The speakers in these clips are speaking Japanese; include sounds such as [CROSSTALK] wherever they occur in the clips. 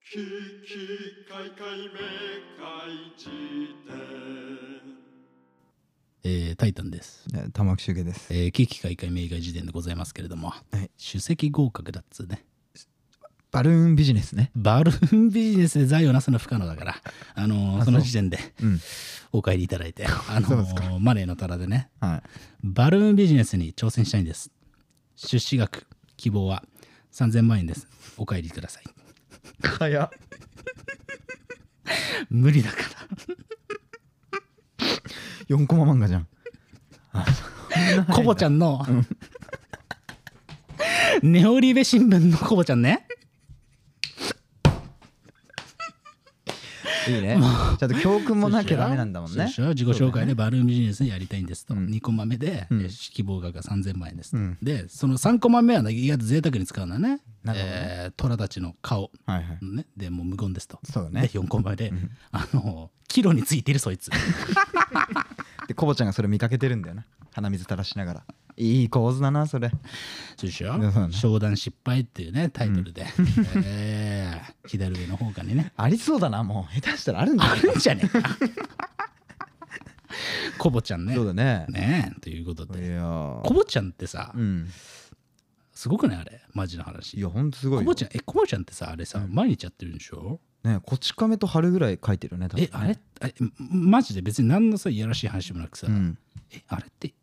ききかいかいめかいじえータイタンです。えー玉木周家です。えー、危機開会明外時点でございますけれども、い首席合格だっつうね。バルーンビジネスね。バルーンビジネスで財をなすのは不可能だから、あのーあそのそう時点でうん。お帰りいただいて、あのそうですかーマネーの虎でね、はい。バルーンビジネスに挑戦したいんです。出資額、希望は3000万円です。お帰りください。早っ。無理だから。 4コマ漫画じゃん。コボちゃんの、 [LAUGHS] ネオリベ新聞のコボちゃんね。いいね。 [LAUGHS] ちゃんと教訓もなきゃダメなんだもんそうねで。しょ自己紹介でバルーンビジネスやりたいんですと、うん2コマ目で、うんえー希望額が3000万円ですと、うんでその3コマ目は、ね、意外と贅沢に使うのはねなるほどねえー虎たちの顔、はいはい。ね、でもう無言ですとそうだでね。 4コマ目で、あのキロについてるそいつで、コボちゃんがそれ見かけてるんだよな。鼻水垂らしながら。いい構図だな、それ。そうでしいや [LAUGHS] そうだょね商談失敗っていうねタイトルで、えー左上の方かにねありそうだな、もう。下手したらあるんだあよ。るんじゃねえ [LAUGHS] かコボちゃんねそうだね。ねえということいでやーコボちゃんってさ、うん。すごくないあれマジの話いや、ほんとすごコいよボ。ちゃんえコボちゃんってさあれさ、毎日やってるんでしょね、こち亀と春ぐらい書いてるよね、多分えあれあれマジで別に何のさいやらしい話もなくさ、うん。えあれって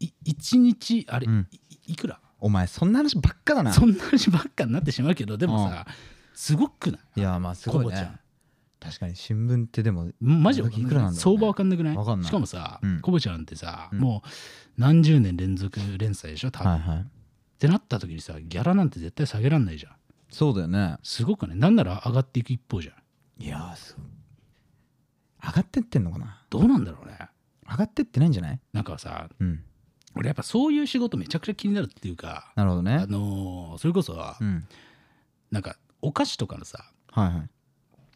い一日あれ、うんいいくらお前、そんな話ばっかだな。そんな話ばっかになってしまうけどでもさ、すごくないいや、まあ、すごいコボちゃんね。確かに新聞ってでも、マジでわかんいなくらなんだろう相ね場わかんなくないわかんないしかもさ、うんコボちゃんってさ、うんもう何十年連続連載でしょ多分、はいっはい。てなった時にさギャラなんて絶対下げらんないじゃんそうだよね。すごくないなんなら上がっていく一方じゃんいやーすごい上がってってんのかなどうなんだろうね上がってってないんじゃないなんかさうん俺やっぱそういう仕事めちゃくちゃ気になるっていうか、なるほどねあのーそれこそ、うんなんかお菓子とかのさ、はいはい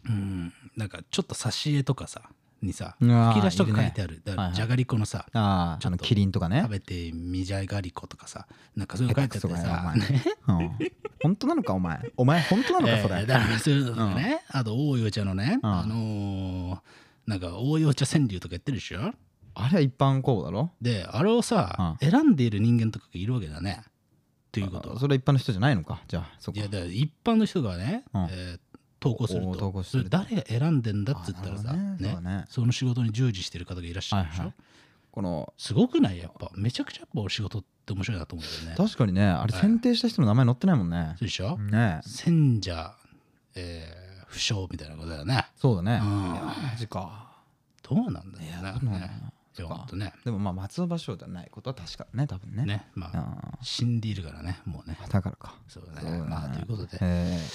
うん、なんかちょっと挿絵とかさにさうわー吹き出しとか書いてあるだからはいはいじゃがりこのさあちあょっとあのキリンとかね食べてみじゃがりことかさなんかそういうの書いてあって下手くそだよさお前ね [LAUGHS] うん本当なのかお前お前本当なのかそえー [LAUGHS] れだからそういうのとかね、あと応用茶のね、うんあのーなんか応用茶川柳とかやってるでしょあれは一般公募だろであれをさ、選んでいる人間とかがいるわけだねということはあそれは一般の人じゃないのかじゃあそこいやだから一般の人がね、うんえー投稿するおとー投稿すそるれ誰が選んでんだっつったらさあなるほねどねそうだねその仕事に従事してる方がいらっしゃるでしょ、はいはいこのすごくないやっぱめちゃくちゃやっぱお仕事って面白いなと思うんだよね確かにねあれはい選定した人の名前載ってないもんねそうでしょ、ねえ賢者、えー不詳みたいなことだよねそうだねうんいやマジかどうなんだろうねどうなんだろうねいそやっかほんとねでもまあ松尾芭蕉ではないことは確かだね多分ねねまああ死んでいるからねもうねーだからかそうそうだねねまあということでえ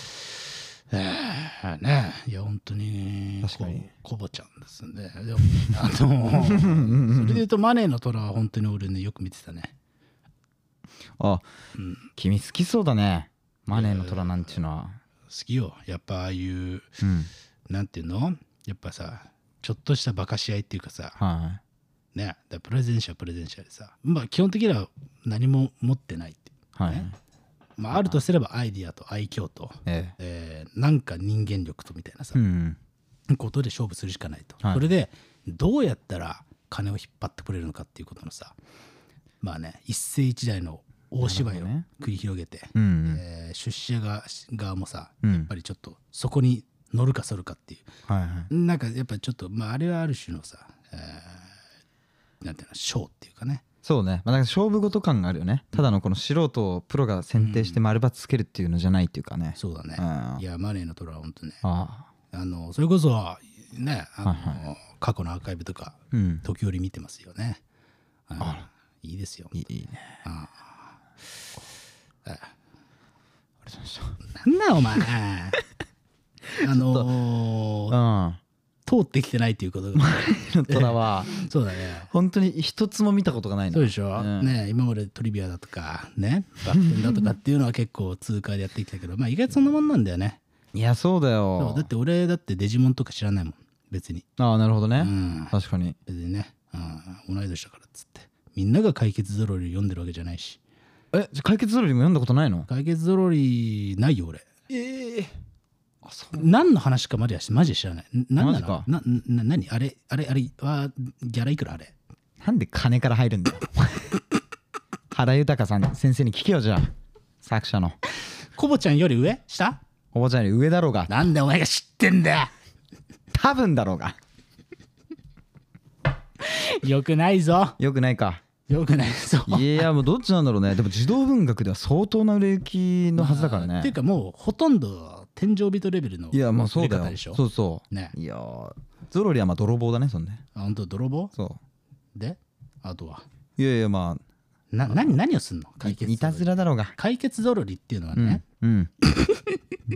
ええねいや本当に確かにこコボちゃんですねでもあ [LAUGHS] の [LAUGHS] それで言うとマネーの虎は本当に俺ねよく見てたねーあうん君好きそうだねマネーの虎なんていうのは、好きよやっぱああいううんなんていうのやっぱさちょっとしたバカし合いっていうかさはねだからプレゼン者はプレゼン者でさまあ基本的には何も持ってないっていはい、ねまああるとすればアイディアと愛嬌と、ええーなんか人間力とみたいなさえう、んことで勝負するしかないと、はいそれでどうやったら金を引っ張ってくれるのかっていうことのさまあね一世一代の大芝居をなるほ繰り広げて、うんえー出資者側側もさうんやっぱりちょっとそこに乗るかそるかっていはいはいうなんかやっぱりちょっと、まあ、あれはある種のさ、えーなんていうのショーっていうかねそうね、まあ、だから勝負事感があるよねただのこの素人をプロが選定して丸抜つけるっていうのじゃないっていうかね、そうだね、うんいやマネーの虎は本当ねあああのそれこそねあの、はい過去のアーカイブとかうん時折見てますよね、あいいですよいいいいねなありがとうございましたんだ [LAUGHS] お前あのー通ってきてないっていうことが [LAUGHS] うん虎はそうだね [LAUGHS] 本当に一つも見たことがないそうのでしょ、うんね今までトリビアだとかねバッテンだとかっていうのは結構通過でやってきたけどまあ意外とそんなもんなんだよねいやそうだそうよだって俺だってデジモンとか知らないもん別にああなるほどね、うん確かに別にね、うん、同い年だからっつってみんなが解決ぞろりを読んでるわけじゃないしえじゃあ解決ドロリーも読んだことないの解決ぞろりないよ俺ええあそう何の話かまではしマジで知らない。ん何なマジのかなな何あれあれあれはギャラいくらあれなんで金から入るんだよ [LAUGHS] 原豊さん先生に聞けよじゃあ作者のコボちゃんより上下おばちゃんより上だろうがなんでお前が知ってんだ多分だろうがよ [LAUGHS] よくないぞ。よくないかよくないぞ。いやもうどっちなんだろうねでも児童文学では相当な売れ行きのはずだからまあねっていうかもうほとんど天井人レベルのいやまあそう売だれ方よでしょ。そうそうね。いやーゾロリはまあ泥棒だねそんねあ本当泥棒そであとはういやいやまあな何何をすんのい解決いたずららだろうが解決ぞろりっていうのはうねん、うん、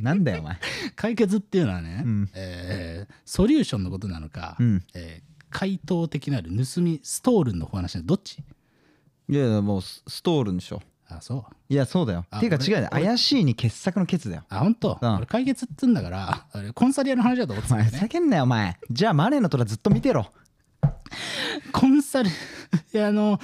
なんだよお前解決っていうのはね、うんえーソリューションのことなのか、うんえー回答的なる盗みストールのお話なのどっちいやいやもうスストールでしょあそういやそうだよあていうか俺違うね怪しいに傑作のケツだよあ本当、うん俺解決っつうんだからあれコンサリアの話だと思ってたおん前だよね叫んなよお前じゃあマネーの虎ずっと見てろ [LAUGHS] コンサルいやあの、んえ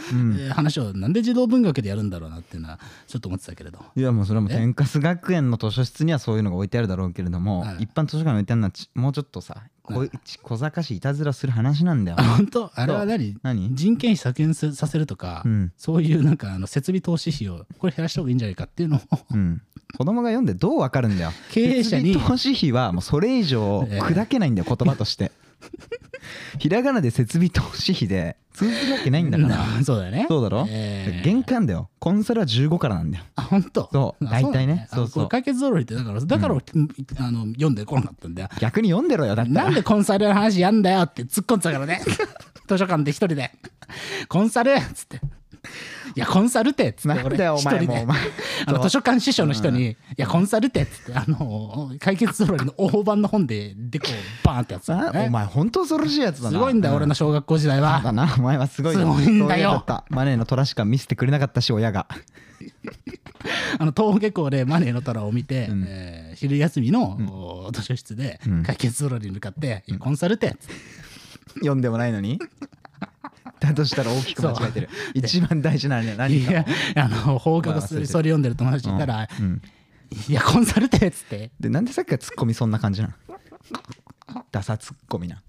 ー話をなんで児童文学でやるんだろうなっていうのはちょっと思ってたけれどいやもうそれはもうえ天かす学園の図書室にはそういうのが置いてあるだろうけれども、はい一般図書館に置いてあるのはちもうちょっとさこいち小賢しいいたずらする話な [LAUGHS] んだよあ本当あれは何何人件費削減すさせるとか、うんそういうなんかあの設備投資費をこれ減らした方がいいんじゃないかっていうのをうん子供が読んでどうわかるんだよ経営者に設備投資費はもうそれ以上ええ砕けないんだよ言葉として [LAUGHS] ひらがなで設備投資費で通じるわけないんだからうん [LAUGHS] そうだよねそうだろ、えー玄関だよコンサルは15からなんだよあ本当そうあ大体ねそうだあそうそうこれ解決ぞろりってだからだから、あの読んでこなかったんだよ逆に読んでろよだったならんでコンサルの話やんだよって突っ込んでたから [LAUGHS] ね図書館で一人でコンサルっつっていやコンサルってっつってなんだよお前俺一人もうでお前あの図書館司書の人に「いやコンサルって」っつってあの解決ぞろりの大判の本ででこうバーンってやつだからあねお前本当恐ろしいやつだすなごいんだよ、俺の小学校時代だは。なお前はすごいすごいんだよそういうやつったマネーの虎しか見せてくれなかったし親があの登下校でマネーの虎を見て、えー昼休みの、お図書室で、ん解決ぞろりに向かって、いやコンサルって、読んでもないのにだとしたら大きく間違えてる一番大事なのは何いかや、あの、放課後まあ忘れてそるそれ読んでる友達いたら、うんいや、コンサルってっつって、でなんでさっきからツッコミそんな感じなのダサツッコミな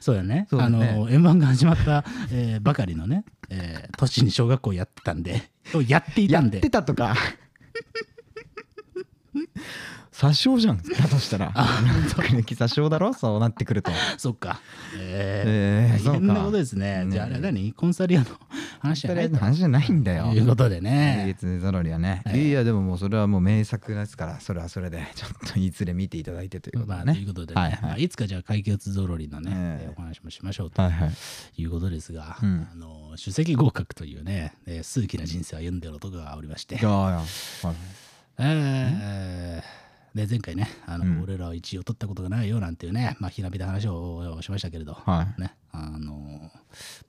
そうだね。そうあだねの、M1 が始まった、えーばかりのね、えー年に小学校やってたん [LAUGHS] で、をやっていたやんっでて、たとか詐称じゃんだとしたら学歴詐称だろそうなってくるとそっか。えええー、そ大う変なことかですね。ねじゃあ、あれは何コンサル屋の話じゃとりなあえいずと話じゃないんだよいうことで「ね。月ゾロリ」はね、い、やでももうそれはもう名作ですからそれはそれで [LAUGHS] ちょっといずれ見ていただいてということまあ、とでね、いうことでね、はいいはいまあ、いつかじゃあ解決ぞろりのね、えええーお話もしましょうとはいはいいうことですが、うんあの首席合格というね、えー、数奇な人生を歩んでる男がおりましてい、やいや、はいえーで前回ねあの、うん俺らは一位を取ったことがないよなんていうね、まあ、ひなびた話をしましたけれど、はいね、あの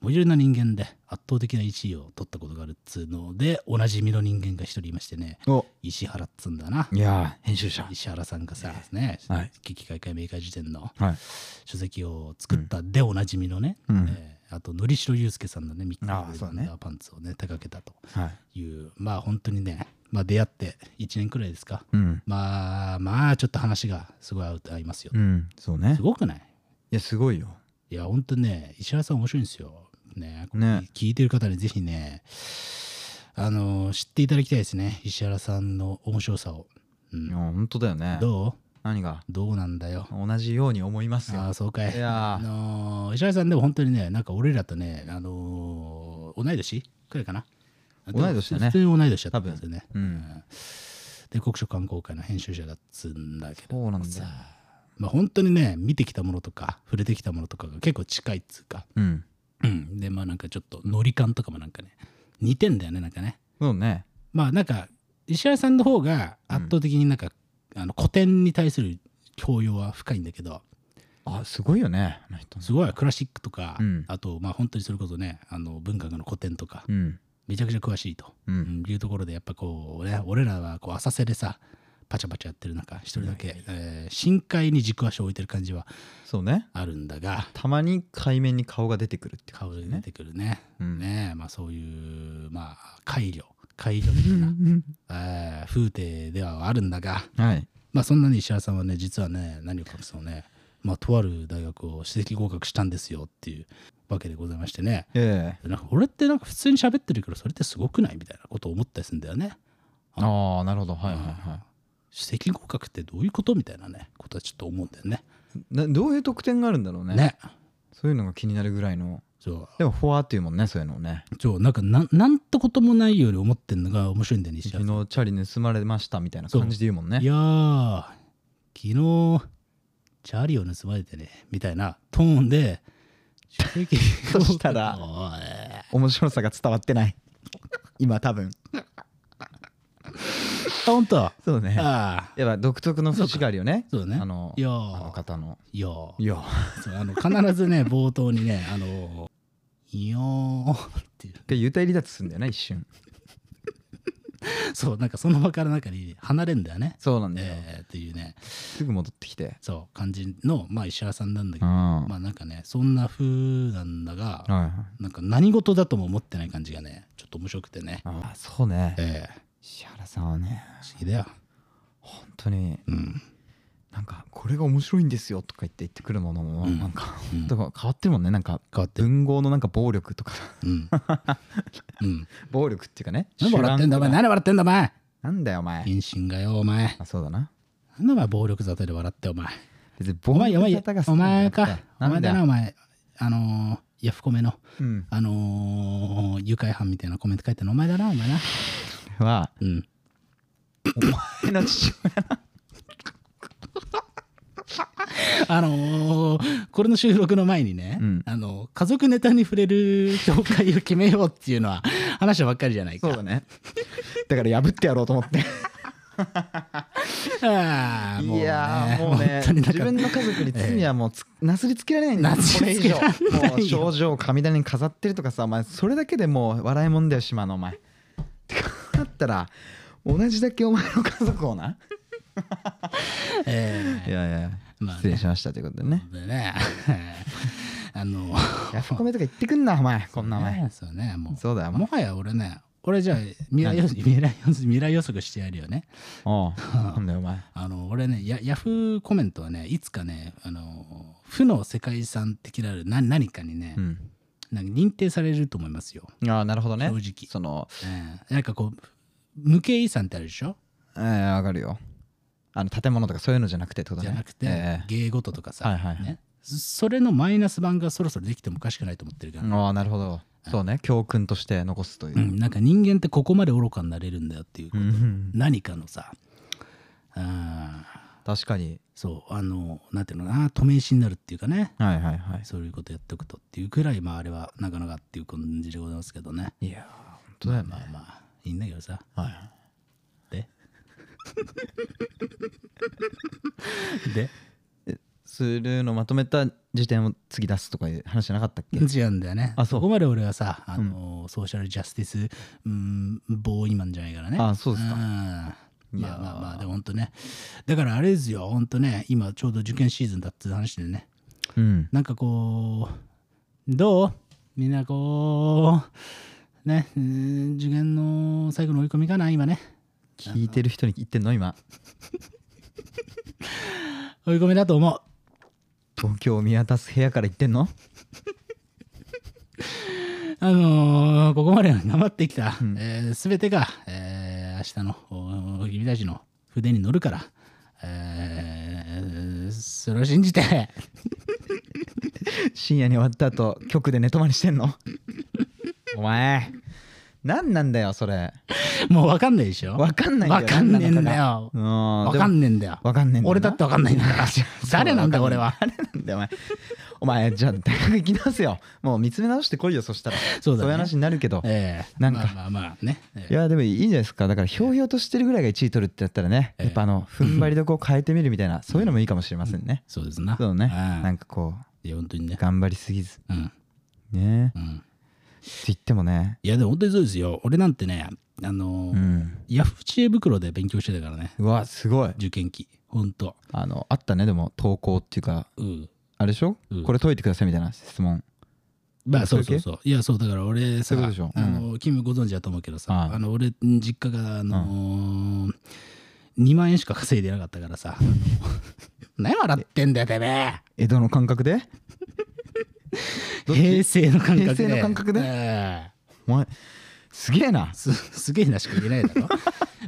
最寄りの人間で圧倒的な1位を取ったことがあるっつうのでおなじみの人間が一人いましてねお石原っつうんだないやー編集者石原さんがさ、ねはい危機開会明快辞典のはい書籍を作ったでおなじみのね、うんえーあとのりしろゆうすけさんのねミッキあーあのそうアねンダーパンツをね手掛けたとはいいうまあ本当にね、まあ、出会って1年くらいですか、うんまあまあちょっと話がすごい合う合いますよ、うんそうねすごくないいやすごいよいや本当ね石原さん面白いんですよねこれね聞いてる方にぜひねあの知っていただきたいですね石原さんの面白さを、ういんや本当だよねどう何がどうなんだよ同じように思いますあよあそうかいいやあーのー石原さんでも本当にねなんか俺らとね、あのー同い年くらいかな同い年だね普通に同い年だったんですよね、多分うんで国書観光会の編集者だっつんだけどそうなんだよまあ本当にね見てきたものとか触れてきたものとかが結構近いっつうか、うんうん、でまあなんかちょっとノリ感とかもなんかね似てんだよねなんかねそうねまあなんか石原さんの方が圧倒的になんか、あの古典に対する教養は深いんだけど、あすごいよねあの人すごいクラシックとか、うんあとまあ本当にそれこそねあの文学の古典とか、うんめちゃくちゃ詳しいと、ううんん、いうところでやっぱこう、ね、俺らはこう浅瀬でさパチャパチャやってる中一人だけ、えー深海に軸足を置いてる感じはそうねあるんだがたまに海面に顔が出てくるって顔感でじ出ねてくるねうんねまあそういうまあ改良改良的な、えー風体ではあるんだがはいまあそんなに石原さんはね実はね何を隠そうね、まあ、とある大学を私的合格したんですよっていうわけでございましてねええなんか俺ってなんか普通に喋ってるけどそれってすごくないみたいなことを思ったりするんだよねああなるほどはいはいは私的合格ってどういうことみたいなねことはちょっと思うんだよねいなどういう特典があるんだろうねねそういうのが気になるぐらいのそうでもフォアっていうもんねそういうのをねそうなんかなんなんてこともないように思ってんのが面白いんだよね石昨原日さんチャリ盗まれましたみたいな感じで言うもんねいやー昨日チャーリーを盗まれてねみたいなトーン [LAUGHS] で私的合格そしたらおい面白さが伝わってない [LAUGHS] 今多分あ本当あそうねあやっぱ独特の節があるよねそうだねあのいやあのー方のいやいーやっそうあの必ず [LAUGHS] ね冒頭にねあのいやーっていうて幽体離脱するんだよね一瞬そうなんかその場から中に離れんだよねそうなんだよえーっていうねすぐ戻ってきてそう感じのまあ石原さんなんだけどうんはいまあなんかねそんな風なんだがはいなんか何事だとも思ってない感じがねちょっと面白くてねああそうねええ石原さんはね不思議だよ本当にうんなんかこれが面白いんですよとか言って言ってくるものもうんなんかうんだから変わってるもんねなんか変わってる文豪のなんか暴力とか [LAUGHS] うん、うん、暴力っていうかね何笑ってんだお前手段何笑ってんだお前なんだよお前謹慎がよお前あそうだななんだお前暴力沙汰で笑ってお前別にお暴前お力沙前汰がお前好きなんだってかおな前んだだよなお前あのー、ヤフコメのうんあのー、誘拐犯みたいなコメント書いてるのお前だなお前な [LAUGHS] はうんお前の父親あのーこれの収録の前にね、うんあの家族ネタに触れる協会を決めようっていうのは話したばっかりじゃないか。 [LAUGHS] そうだねだから破ってやろうと思ってああもうねいやーもうね本当に自分なんかの家族に罪はもうつなすりつけられないんだよなすこれり以つけ上られないよもう症状を神棚に飾ってるとかさお前それだけでもう笑いもんだよ島のお前ってだったら同じだけお前の家族をなえいやいやまあね失礼しましたということでえねでねあのヤフコメとか言ってくんなお前こんなお前ねそうねもうそうだよお前もはや俺ね俺じゃあ未来予測未来予測未来予測してやるよね。おうなんだよお前あの俺ねヤヤフーコメントはねいつかねあの負の世界遺産的なる何何かにね、うんなんか認定されると思いますよ。ああなるほどね正直そのうんなんかこう無形遺産ってあるでしょ、えーわかるよあの建物とかそういうのじゃなくてってことじねゃなくて、え芸事とかさ、はいはいはいね、それのマイナス版がそろそろできてもおかしくないと思ってるから、ーああなるほどそうね教訓として残すといううんなんか人間ってここまで愚かになれるんだよっていう、うん何かのさあ確かにーそうあのなんていうのかな止め石になるっていうかねはいはいはいそういうことやっておくとっていうくらいまああれはなかなかっていう感じでございますけどねいや本当だよねまあまあいいんだけどさはいで [LAUGHS] でするのまとめた時点を次出すとかいう話じゃなかったっけ違うんだよね。あそうここまで俺はさ、あのーソーシャルジャスティス、うん、ボーイマンじゃないからね。あそうですかか。いまやあーまあまあ、でも本当ね。だからあれですよ、本当ね、今ちょうど受験シーズンだって話でね。うんなんかこう、どうみんなこう、ね、うーん受験の最後の追い込みかな、今ね。聞いてる人に言ってんの今追い込みだと思う。東京を見渡す部屋から言ってんのあのーここまで頑張ってきた、すべ、全てが、えー明日のお君たちの筆に乗るから、えーそれを信じて、 [LAUGHS] 深夜に終わった後局で寝泊まりしてんの [LAUGHS] お前何なんだよそれもう分かんないでしょわかんない分かんねえんだよ。わ分かんねえんだよ。わかんねえんだよな俺だって分かんないんだ [LAUGHS] から。誰なんだよわ俺かんないは。誰なんだよお前お前じゃあ大学行き直すよもう見つめ直してこいよそしたらそうだねいう話になるけどええなんかまあまあまあね。えいやでもいいんじゃないですかだからひょうひょうとしてるぐらいが1位取るってやったらね、やっぱあの踏ん張りどこを変えてみるみたいなそういうのもいいかもしれませんね、そうですな。そうねああなんかこいや、本当にうね。頑張りすぎずうん。ね、うってん。言ってもねいや、でも本当にそうですよ。俺なんてね、あのーうんヤフ知恵袋で勉強してたからね。うわすごい受験期。本当。あのあったねでも投稿っていうかうん。あれでしょ、うんこれ解いてくださいみたいな質問まあそそういうう系そうそう。いやそうだから俺さ、そういうことでしょあの君ご存知だと思うけどさ、はいあの俺ん実家があのー2万円しか稼いでなかったからさ [LAUGHS] 何笑ってんだよてめえ江戸の感覚でどっち平成の感覚で平成の感覚でええお前すげえなすすげえなしか言えないだ [LAUGHS] ろ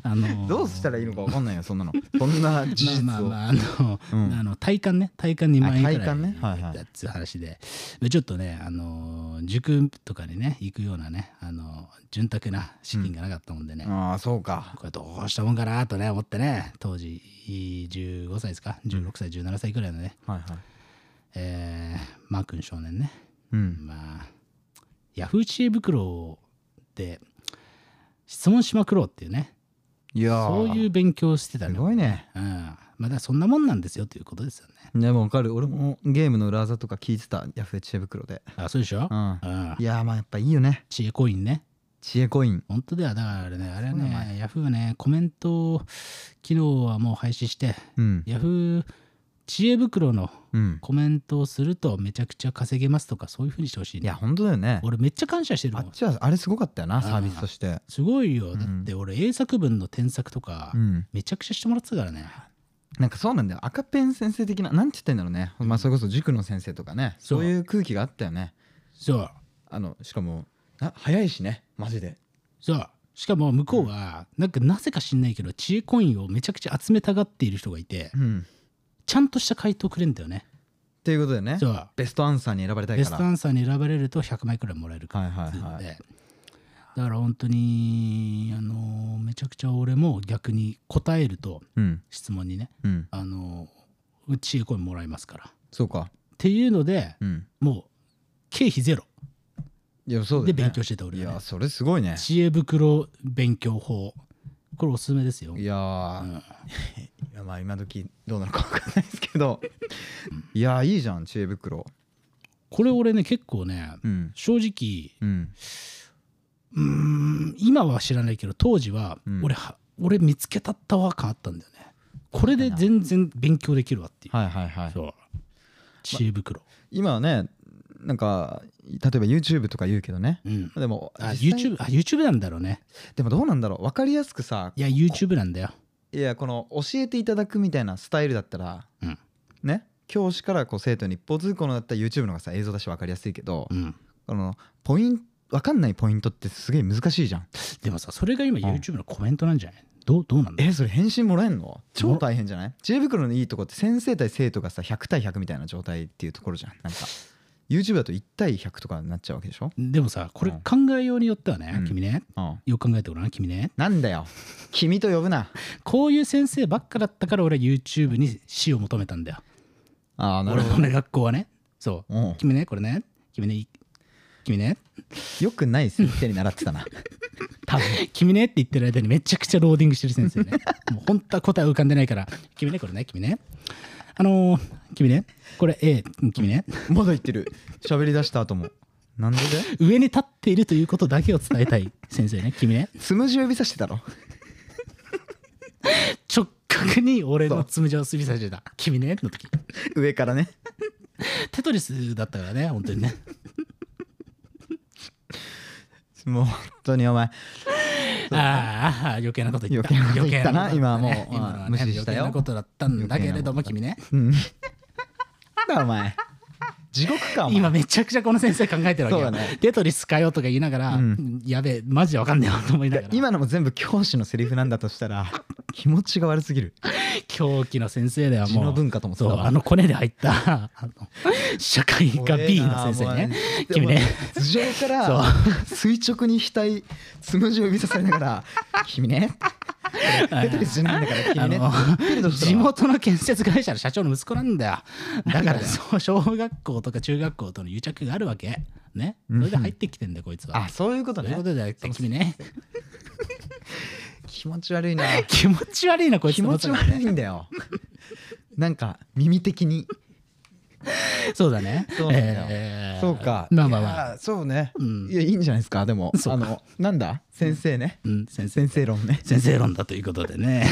あのどうしたらいいのかわかんないよそんなのそんな事実を、まあまあまああの、うん [LAUGHS] あの体感ね体感2万円くらいあ体感ねはいはいだっつう話ででちょっとねあの塾とかにね行くようなねあの潤沢な資金がなかったもんでね、ああそうかこれどうしたもんかなとね思ってね当時15歳ですか16歳17歳くらいのね、はいはいえーマー君少年ねうんまあヤフー知恵袋で質問しまくろうっていうねいやそういうう勉強をしてたすねごいねうん、まあだからそんなもんなんですよということですよねでもわかる俺もゲームの裏技とか聞いてたヤフー知恵袋であそうでしょ、うんうんいやーまあやっぱいいよね知恵コインね知恵コイン本当ではだからねあれはそうなんねヤフーはねコメント機能はもう廃止してうんヤフー知恵袋のうんコメントをするとめちゃくちゃ稼げますとかそういうふうにしてほしいいやね本当だよね俺めっちゃ感謝してるあもっんちはあれすごかったよなサービスとしてすごいよんだって俺英作文の添削とかうんめちゃくちゃしてもらってたからねなんかそうなんだよ赤ペン先生的ななんて言ってんだろうねまあそれこそ塾の先生とかねそうそういう空気があったよねそうあのしかもあ早いしねマジでそうしかも向こうはなんかなぜか知んないけど知恵コインをめちゃくちゃ集めたがっている人がいてうんちゃんとした回答くれんだよねっていうことでねそうベストアンサーに選ばれたいベかスらトアンサーに選ばれると100枚くらいもらえるからはいはいっはていうのいでだから本当にあのめちゃくちゃ俺も逆に答えるとうん質問にねうんあの知恵コインもらえますからっそうかていうのでうんもう経費ゼロいやそうだでよね勉強してた俺いは、やね、それすごいね知恵袋勉強法これおすすめですよいやーうんいやまあ今時どうなのかわかんないですけどいやーいいじゃん知恵袋これ俺ね結構ねうん正直うんうーん今は知らないけど当時はうん俺は、俺見つけたったわ感あったんだよねこれで全然勉強できるわっていう、はいはいはいそう知恵袋、今はねなんか例えば YouTube とか言うけどねうんでもあ実 YouTube 際あ YouTube なんだろうねでもどうなんだろう分かりやすくさいや YouTube なんだよいやこの教えていただくみたいなスタイルだったら、うんね教師からこう生徒に一方通行のだったら YouTube の方がさ映像だし分かりやすいけど、うんこのポイン分かんないポイントってすげえ難しいじゃんでもさそれが今 YouTube のコメントなんじゃないどうどうなんだえそれ返信もらえんの超大変じゃない知恵袋のいいとこって先生対生徒がさ100対100みたいな状態っていうところじゃんなんか YouTube だと1対100とかになっちゃうわけでしょでもさこれうん考えようによってはね、うん君ねうんよく考えてごらん君ねなんだよ君と呼ぶなこういう先生ばっかだったから俺は YouTube に死を求めたんだよああなる俺ほのどね学校はねそううん君ねこれね君ねい君ねよくない先生に習ってたな多分君ねって言ってる間にめちゃくちゃローディングしてる先 [LAUGHS] 生ねもう本当は答え浮かんでないから君ねこれね君ねあのー君ねこれ A 君ね [LAUGHS] まだ言ってる喋り出した後もなんでで上に立っているということだけを伝えたい先生ね君ねつむじを指さしてたろ直角に俺のつむじをすびさしてた君ねの時上からねテトリスだったからね本当にねもう本当にお前ああ余計なこと言った余計なこと言ったな余計なことだ今はもうのはね無視したよ余計なことだったんだけれども君ねうんなんだお前地獄かお前今めちゃくちゃこの先生考えてるわけよ、そうだねテトリスかよとか言いながら、うんやべえマジでわかんねえわと思いながら今のも全部教師のセリフなんだとしたら気持ちが悪すぎる狂気の先生だよ地ものう文化と思ってそたうわあのコネで入ったあの社会科 B の先生ね君ね頭上から垂直に額つむじを指さされなが [LAUGHS] ら「君ね」出てるじゃないんだから君ねあピリとしたわ地元の建設会社の社長の息子なんだよだからそう小学校とか中学校との癒着があるわけねそれで入ってきてんだよこいつはあそういうことというねことで君ね気持ち悪いな気持ち悪いなこいつ気持ち悪いんだよなんか耳的にそうだねそうなんだよえーそうかまあまあまあいやそうねうんいやいいんじゃないですかでもそうあのなんだ先生ね、うん、先生先生論ね先生論だということでね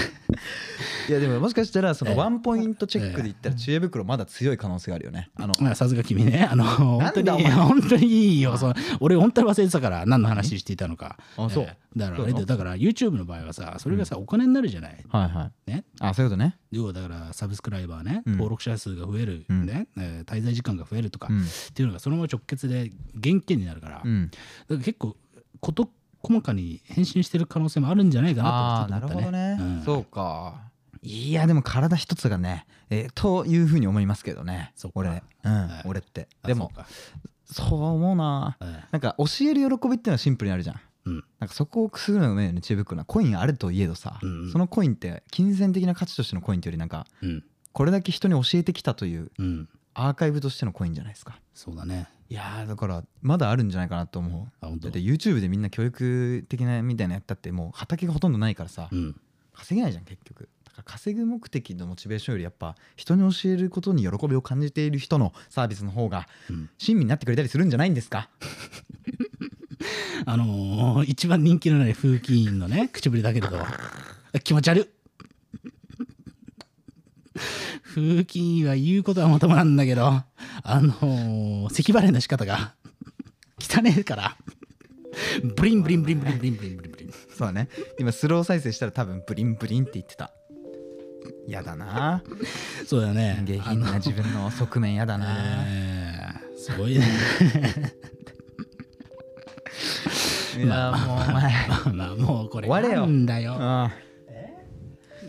いやでももしかしたらそええのワンポイントチェックで言ったら知恵袋まだ強い可能性があるよねあのまあさすが君ねあの本なん当だにお前本当にいいよその俺本当に忘れてたから何の話していたのかあそうえーだからあれそうでなのだから YouTube の場合はさそれがさお金になるじゃないはいはいねあそういうことね要はだからサブスクライバーねうん登録者数が増えるうんねえー滞在時間が増えるとかうんっていうのがそのまま直結で現金になるからだうかんら結構事細かに返信してる可能性もあるんじゃないかあなあとな思るったほどね、うんそうかいやでも体一つがねえーというふうに思いますけどねそっか俺うん、はい俺ってあでもそうかそう思うなえなんか教える喜びっていうのはシンプルにあるじゃんえうんなんかそこをくすぐるのがうまいよね知恵袋はコインあるといえどさ、うんうんそのコインって金銭的な価値としてのコインというよりなんかうんこれだけ人に教えてきたといううんアーカイブとしてのコインじゃないですかそうだねいやーだからまだあるんじゃないかなと思あう本だ当って YouTube でみんな教育的なみたいなやったってもう畑がほとんどないからさ、うん稼げないじゃん結局だから稼ぐ目的のモチベーションよりやっぱ人に教えることに喜びを感じている人のサービスの方がうん親身になってくれたりするんじゃないんですかあのー一番人気のない風紀委員のね、口ぶりだけれど、気持ち悪い。風紀委員は言うことはまともなんだけど、あのー、咳払いの仕方が汚ねえから、ブリンブリンブリンブリンブリンブリンブリンブリン。そうだね今スロー再生したら多分ブリンブリンって言ってたやだなそうだよね。下あ品のな自分の側面やだなえーすごいね。 [LAUGHS] いやもう [LAUGHS] お前まあもうこれ終われなよんだよ。あ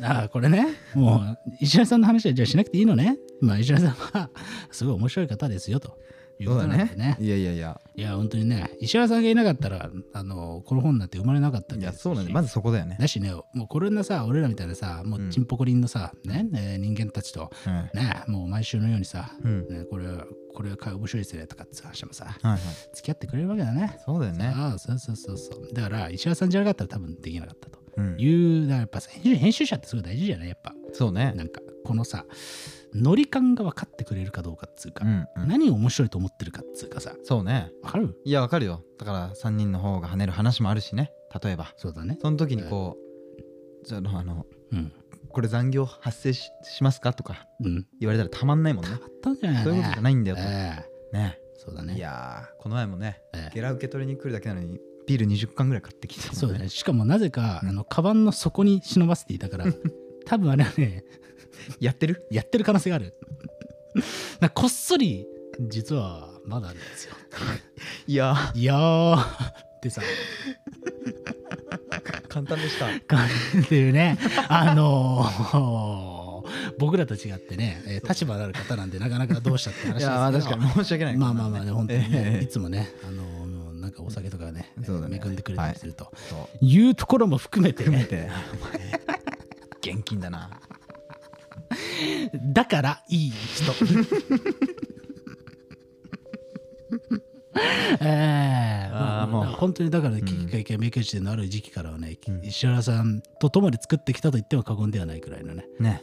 ああこれねもう石原さんの話はじゃあしなくていいのねまあ石原さんはすごい面白い方ですよというそこうとだなんでねねいやいやいやいや本当にね石原さんがいなかったらあのこの本なんて生まれなかったいやですしそうなんだよまずそこだよねだしねもうこれなさ俺らみたいなさもうチンポコリンのさ、ねね人間たちとうんねもう毎週のようにさ、うんね、これこれ買う面白いですねとかって話もさはいはい付き合ってくれるわけだねそうだよねああそうそうそうそうだから石原さんじゃなかったら多分できなかったとうんいうだからやっぱさ編集編集者ってすごい大事じゃないやっぱそうねなんかこのさノリ感が分かってくれるかどうかっつうか、うんうん何を面白いと思ってるかっつうかさそうね分かるいやわかるよだから3人の方が跳ねる話もあるしね例えばそうだねその時にこうじゃああのうんこれ残業発生ししますかとかうん言われたらたまんないもんねたまったんじゃないそういうことじゃないんだよとえねえそうだいねやーこの前もねええゲラ受け取りに来るだけなのにビール20缶ぐらい買ってきてたもんそうだねしかもなぜか、あのカバンの底に忍ばせていた [LAUGHS] から多分あれはねやってるやってる可能性があ [LAUGHS] るなんかこっそり実はまだあるんです [LAUGHS] よいやーいやーってさ簡単でした感じっていうね、あのー僕らと違ってね、えー立場のある方なんで、なかなかどうしたって話でいすけどやー確かに申し訳ないまあまあまあね、本当にね、いえつもね、あのーもうなんかお酒とかね、えーそうだね恵んでくれたりすると、えそうい、うところも含めて、含めて [LAUGHS] お前現金だなだからいい [LAUGHS] 人。えーまああーもう本当にだから、ね、危機会見明決してのある時期からはね、石原さんと共に作ってきたと言っても過言ではないくらいのね、ね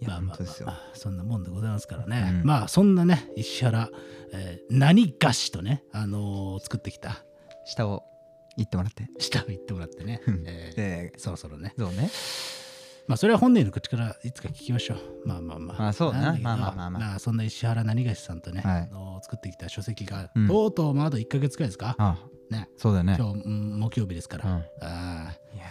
いやまあ本まあ当ですよまあそんなもんでございますからね、うんまあそんなね石原、えー何菓子とね、あのー作ってきた下を言ってもらって下を言ってもらってね、えーでそろそろねそうねまあそれは本人の口からいつか聞きましょうまあまあまあまあそうだなんなだけどまあまあまあまあそんな石原何菓子さんとね、はいあのー作ってきた書籍が、うんとうとうまああと1か月くらいですか、あねそうだよね今日うん木曜日ですから、うんあーいや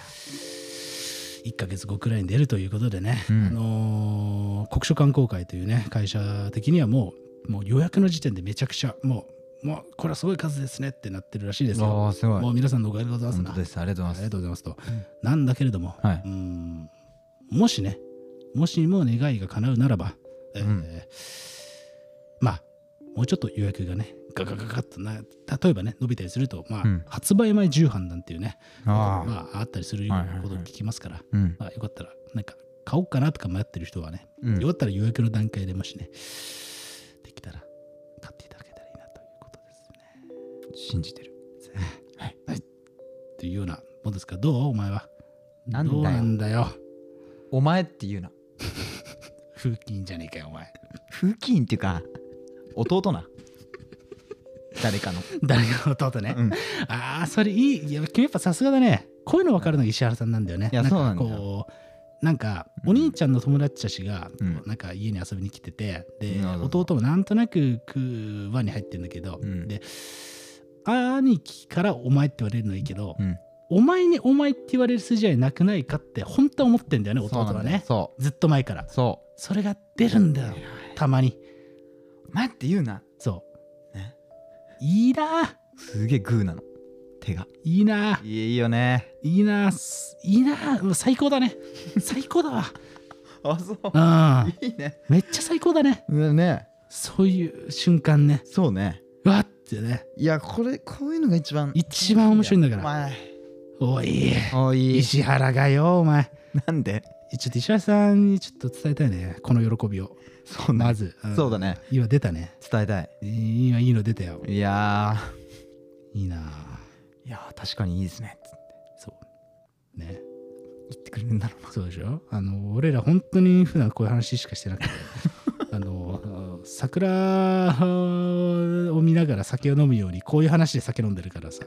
1か月後くらいに出るということでね、うんあのー国書観光会というね会社的にはもうもう予約の時点でめちゃくちゃもうもうこれはすごい数ですねってなってるらしいですよ。あーすごいもう皆さんのおかげでございます本な。当あでりすありがとうござがいまとうございますと。なんだけれども、すはいうーんもしねもしも願いが叶うならば、えーうんまあもうちょっと予約がねガガガガッとな例えばね伸びたりすると、まあうん発売前重版なんていうねああまあ、あったりするようなことを聞きますから、うんまあ、よかったらなんか買おうかなとか迷ってる人はね、うんよかったら予約の段階でもしねできたら買っていただけたらいいなということですね。信じてるはいというようなもんですかどうお前はなんだどようなんだよお前って言うな風紀委員じゃねえかよお前。風紀委員っていうか弟な誰かの誰かの弟ね、うんああそれいいいや君やっぱさすがだねこういうの分かるのが石原さんなんだよねいやかそうなんだよこうなんかうんお兄ちゃんの友達たちが、こううんなんか家に遊びに来ててでなるほど弟もなんとなくく輪に入ってんだけど、うんで兄貴から「お前」って言われるのいいけど、うんお前に「お前」って言われる筋合いなくないかって本当は思ってんだよね弟はねそずっと前からうそそれが出るんだよたまにう待って言うなそう、ねいいなあすげえグーなの手がいいなあいいいよねいいなあすいいなあもう最高だね [LAUGHS] 最高だあそうわうんいいねめっちゃ最高だねうんねそういう瞬間ねそうねうわってねいやこれこういうのが一番一番面白いんだからお前おいおい石原がよお前なんでちょっと石原さんにちょっと伝えたいねこの喜びをそうねまず、んそうだね今出たね伝えたい今いいの出たよいやいいなあーいやー確かにいいですねそうね言ってくれるんだろうなそうでしょあの俺ら本当に普段こういう話しかしてなく [LAUGHS] てあの桜を見ながら酒を飲むようにこういう話で酒飲んでるからさ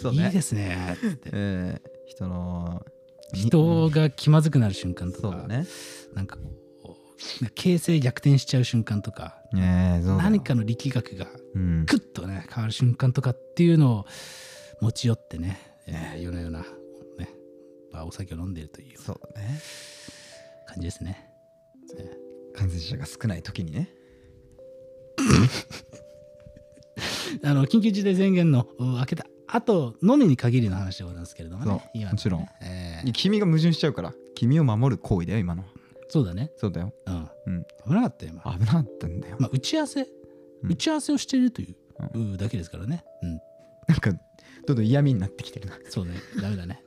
そういいねですねっつってえー人の [LAUGHS] 人が気まずくなる瞬間とそうか、だねなんかこう形勢逆転しちゃう瞬間とかねえそうだ何かの力学がうんグッとね変わる瞬間とかっていうのを持ち寄ってね、えー、夜な夜な、ねまあ、お酒を飲んでるというそうだね感じですね。ね感染者が少ない時にねあの緊急事態宣言のうん明けたあとのみに限りの話でございますけれどもそうね、今もちろんえーいや君が矛盾しちゃうから君を守る行為だよ今のはそうだね、そうだようんうん危なかったよ、今危なかったんだよまあ、打ち合わせ、うん打ち合わせをしているという、うんだけですからね、うん、 [LAUGHS] なんかどんどん嫌味になってきてるなそうね、ダメだね。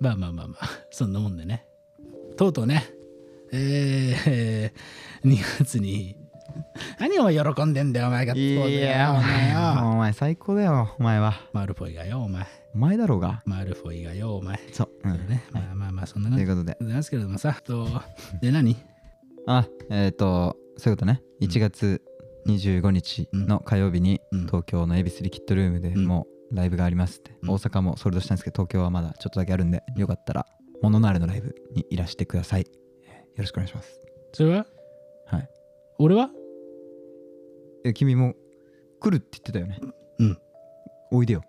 まあまあまあまあ、そんなもんでね。とうとうね、えー、2月に、何を喜んでんだよ、お前が。お前よ。お前最高だよお前はマルフォイがよ、お前。お前だろうがマルフォイがよ、お前。そう、うんね、まあまあまあ、そんなと感いじうでことでございますけれどもさ。とで、何あえっ、とそういうことねうん1月25日の火曜日にうん東京の恵比寿リキッドルームでうんもうライブがありますって、うん大阪もソールドしたんですけど東京はまだちょっとだけあるんでよかったら「もののあれ」のライブにいらしてくださいよろしくお願いしますそれははい俺はえ君も来るって言ってたよねうんおいでよ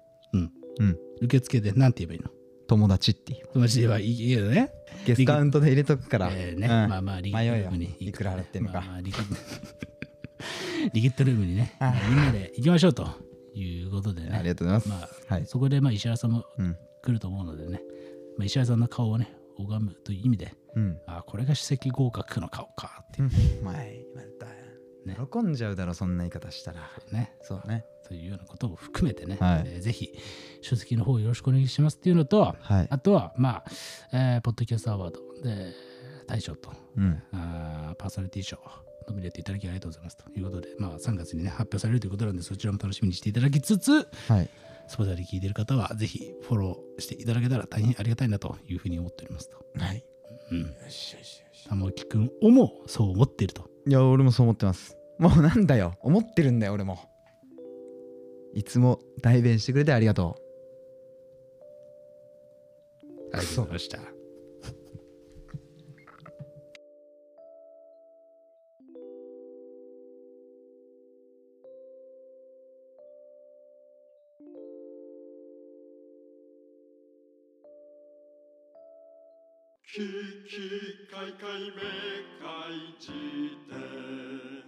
受付で何て言えばいいの友達っていう友達ではいいけどね。ゲストカウントで入れとくから、えーね、うんまあまあリキ迷ッうドルよームにいくら払ってんのかまあまあリキッド [LAUGHS] リキッドルームにねあみんなで行きましょうということでありねがとうございままあす、はい、そこでまあ石原さんもうん来ると思うのでね、まあ、石原さんの顔をね拝むという意味でうんあこれが史跡合格の顔かっていうお前また、ね喜んじゃうだろそんな言い方したらねそうねというようなことも含めてね、はいえーぜひ書籍の方よろしくお願いしますっていうのとはいあとはまあ、えーポッドキャストアワードで大賞とうんあーパーソナリティ賞ノミネートいただきありがとうございますということで、まあ、3月にね、発表されるということなんで、そちらも楽しみにしていただきつつ、はいスポーツで聞いている方は、ぜひフォローしていただけたら大変ありがたいなというふうに思っておりますと。はいうん。よしよしよし。玉置くんをもそう思っていると。いや俺もそう思ってますもうなんだよ思ってるんだよ俺もいつも代弁してくれてありがとありがとうございました。ききかいかいめかいじて